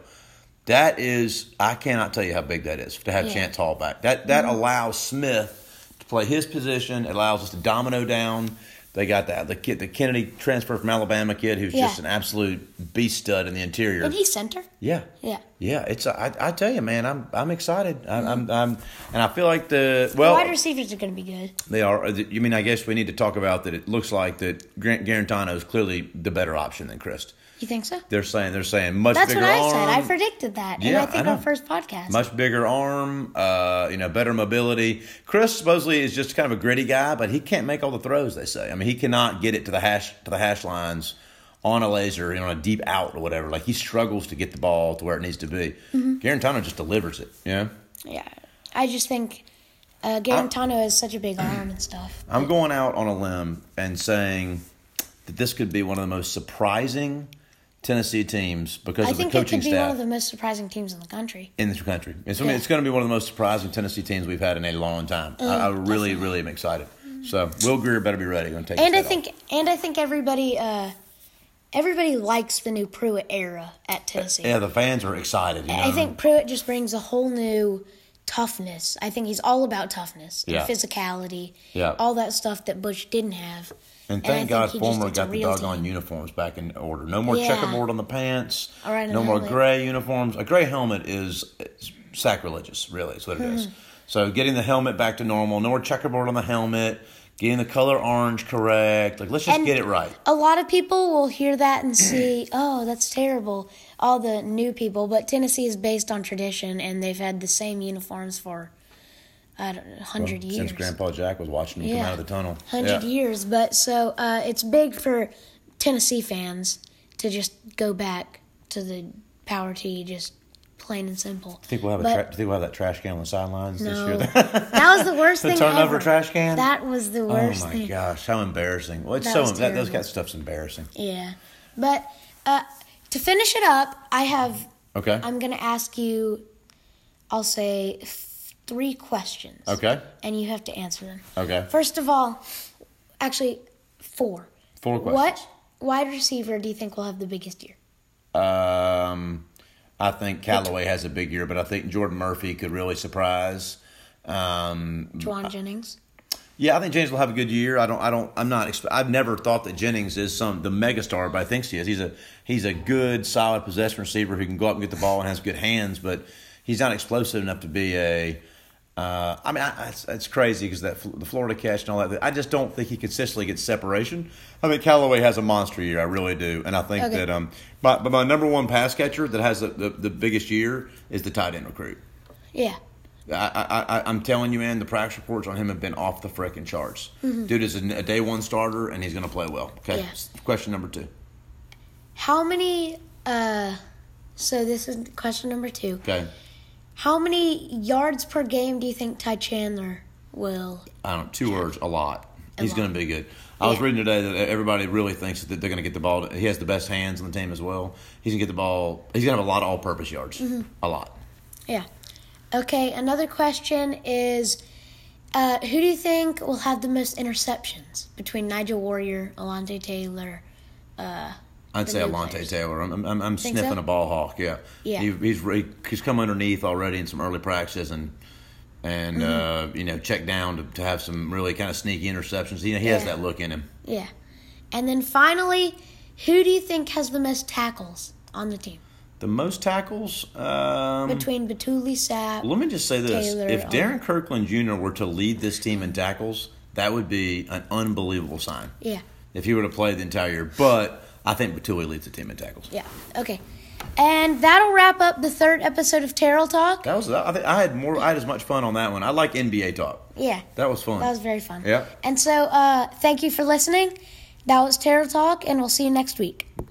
Speaker 2: That is, I cannot tell you how big that is to have
Speaker 1: Yeah. Mm-hmm.
Speaker 2: Chance Hall back. That that allows Smith to play his position. It allows us to domino down. They got that the kid, the Kennedy transfer from Alabama kid, who's just
Speaker 1: Yeah.
Speaker 2: an absolute beast stud in the interior.
Speaker 1: and he's center.
Speaker 2: Yeah.
Speaker 1: Yeah.
Speaker 2: Yeah. It's I, I tell you, man, I'm I'm excited. I,
Speaker 1: Mm-hmm.
Speaker 2: I'm I'm and I feel like the well
Speaker 1: Wide receivers are going to be good.
Speaker 2: they are. uh, You mean I guess we need to talk about that? It looks like that Grant Garantano is clearly the better option than Chris.
Speaker 1: You think so?
Speaker 2: They're saying they're saying much
Speaker 1: That's
Speaker 2: bigger
Speaker 1: what I
Speaker 2: arm,
Speaker 1: said. I predicted that, and
Speaker 2: Yeah,
Speaker 1: I think
Speaker 2: I
Speaker 1: our
Speaker 2: know.
Speaker 1: first podcast.
Speaker 2: much bigger arm. Uh, you know, better mobility. Chris supposedly is just kind of a gritty guy, but he can't make all the throws. They say. I mean, he cannot get it to the hash to the hash lines. On a laser, you know, on a deep out or whatever, like he struggles to get the ball to where it needs to be.
Speaker 1: Mm-hmm.
Speaker 2: Garantano just delivers it. Yeah,
Speaker 1: yeah, I just think uh, Garantano has such a big arm and stuff.
Speaker 2: I'm going out on a limb and saying that this could be one of the most surprising Tennessee teams because
Speaker 1: I
Speaker 2: of the
Speaker 1: think it
Speaker 2: coaching
Speaker 1: could be
Speaker 2: staff
Speaker 1: one of the most surprising teams in the country.
Speaker 2: in this country. It's, I mean,
Speaker 1: Yeah.
Speaker 2: it's going to be one of the most surprising Tennessee teams we've had in a long time.
Speaker 1: Oh,
Speaker 2: I, I really, really am excited. So Will Greer better be ready. Going to take. his
Speaker 1: And I
Speaker 2: head off.
Speaker 1: think and I think everybody uh, everybody likes the new Pruitt era at Tennessee.
Speaker 2: yeah, the fans are excited. You know?
Speaker 1: I think Pruitt just brings a whole new toughness. I think he's all about toughness and
Speaker 2: Yeah.
Speaker 1: physicality,
Speaker 2: Yeah.
Speaker 1: all that stuff that Bush didn't have.
Speaker 2: And
Speaker 1: I
Speaker 2: thank
Speaker 1: think
Speaker 2: God
Speaker 1: he just
Speaker 2: Former
Speaker 1: is a
Speaker 2: got the
Speaker 1: real
Speaker 2: doggone
Speaker 1: team.
Speaker 2: uniforms back in order. No more
Speaker 1: Yeah.
Speaker 2: checkerboard on the pants.
Speaker 1: All right, and
Speaker 2: no
Speaker 1: a
Speaker 2: more
Speaker 1: helmet.
Speaker 2: gray uniforms. A gray helmet is is sacrilegious, really, is what it
Speaker 1: Hmm.
Speaker 2: is. So getting the helmet back to normal. No more checkerboard on the helmet. Getting the color orange correct. Like, let's just
Speaker 1: And-
Speaker 2: get it right.
Speaker 1: A lot of people will hear that
Speaker 2: *clears throat*
Speaker 1: and see, oh, that's terrible. All the new people, but Tennessee is based on tradition, and they've had the same uniforms for I don't know, hundred years.
Speaker 2: Since Grandpa Jack was watching him come
Speaker 1: Yeah.
Speaker 2: out of the tunnel.
Speaker 1: 100
Speaker 2: Yeah.
Speaker 1: years. But so uh, it's big for Tennessee fans to just go back to the power T, just plain and simple.
Speaker 2: Think we'll have a
Speaker 1: But
Speaker 2: tra- do you think we'll have that trash can on the sidelines this
Speaker 1: no,
Speaker 2: year?
Speaker 1: that was the
Speaker 2: *laughs*
Speaker 1: worst thing
Speaker 2: turnover
Speaker 1: ever.
Speaker 2: trash can?
Speaker 1: That was the
Speaker 2: *laughs* oh
Speaker 1: worst
Speaker 2: my
Speaker 1: thing.
Speaker 2: gosh, how embarrassing! Well, it's
Speaker 1: That
Speaker 2: so
Speaker 1: was
Speaker 2: that, those
Speaker 1: terrible.
Speaker 2: kind of stuff's embarrassing.
Speaker 1: Yeah. But uh, to finish it up, I have,
Speaker 2: Okay.
Speaker 1: I'm going to ask you, I'll say f- three questions.
Speaker 2: okay.
Speaker 1: And you have to answer them.
Speaker 2: Okay.
Speaker 1: First of all, actually, four.
Speaker 2: Four questions.
Speaker 1: What wide receiver do you think will have the biggest year?
Speaker 2: Um, I think Callaway has a big year, but I think Jordan Murphy could really surprise. Um,
Speaker 1: Juwan Jennings.
Speaker 2: Yeah, I think Jennings will have a good year. I don't. I don't. I'm not. expe- I've never thought that Jennings is some the megastar, but I think he is. He's a he's a good, solid possession receiver who can go up and get the ball and has good hands, but he's not explosive enough to be a. Uh, I mean, I, I, it's, it's crazy because that the Florida catch and all that. I just don't think he consistently gets separation. I mean, Callaway has a monster year. I really do, and I think
Speaker 1: Okay.
Speaker 2: that um, my, but my number one pass catcher that has the, the, the biggest year is the tight end recruit.
Speaker 1: Yeah.
Speaker 2: I, I, I, I'm telling you, man, the practice reports on him have been off the frickin' charts. Dude is a, a day one starter, and he's going to play well. Okay.
Speaker 1: Mm-hmm. Yeah.
Speaker 2: S- Question number two.
Speaker 1: How many? Uh, so this is question number two.
Speaker 2: Okay.
Speaker 1: How many yards per game do you think Ty Chandler will?
Speaker 2: I don't two words, a lot. he's
Speaker 1: lot.
Speaker 2: going to be good. I was
Speaker 1: Yeah.
Speaker 2: reading today that everybody really thinks that they're going to get the ball. He has the best hands on the team as well. He's going to get the ball. He's going to have a lot of all purpose yards.
Speaker 1: Mm-hmm.
Speaker 2: A lot.
Speaker 1: Yeah. Okay. Another question is, uh, who do you think will have the most interceptions between Nigel Warrior, Alante Taylor?
Speaker 2: I'd say
Speaker 1: new
Speaker 2: Alante
Speaker 1: players.
Speaker 2: Taylor. I'm, I'm, I'm
Speaker 1: Think
Speaker 2: sniffing
Speaker 1: so?
Speaker 2: a ball hawk. Yeah,
Speaker 1: Yeah.
Speaker 2: He, he's re- he's come underneath already in some early practices and and
Speaker 1: Mm-hmm.
Speaker 2: uh, you know check down to, to have some really kind of sneaky interceptions. You know, he has
Speaker 1: Yeah.
Speaker 2: that look in him.
Speaker 1: Yeah. And then finally, who do you think has the most tackles on the team
Speaker 2: The most tackles. Um,
Speaker 1: between Batuli Sapp?
Speaker 2: let me just say this:
Speaker 1: Taylor,
Speaker 2: if
Speaker 1: um,
Speaker 2: Darren Kirkland Jr. were to lead this team in tackles, that would be an unbelievable sign.
Speaker 1: Yeah.
Speaker 2: If he were to play the entire year, but I think Batuli leads the team in tackles.
Speaker 1: Yeah. Okay. And that'll wrap up the third episode of Terrell Talk.
Speaker 2: That was I, think I had more. I had as much fun on that one. I like NBA talk.
Speaker 1: Yeah.
Speaker 2: That was fun.
Speaker 1: That was very fun.
Speaker 2: Yeah.
Speaker 1: And so, uh, thank you for listening. That was Terror Talk, and we'll see you next week.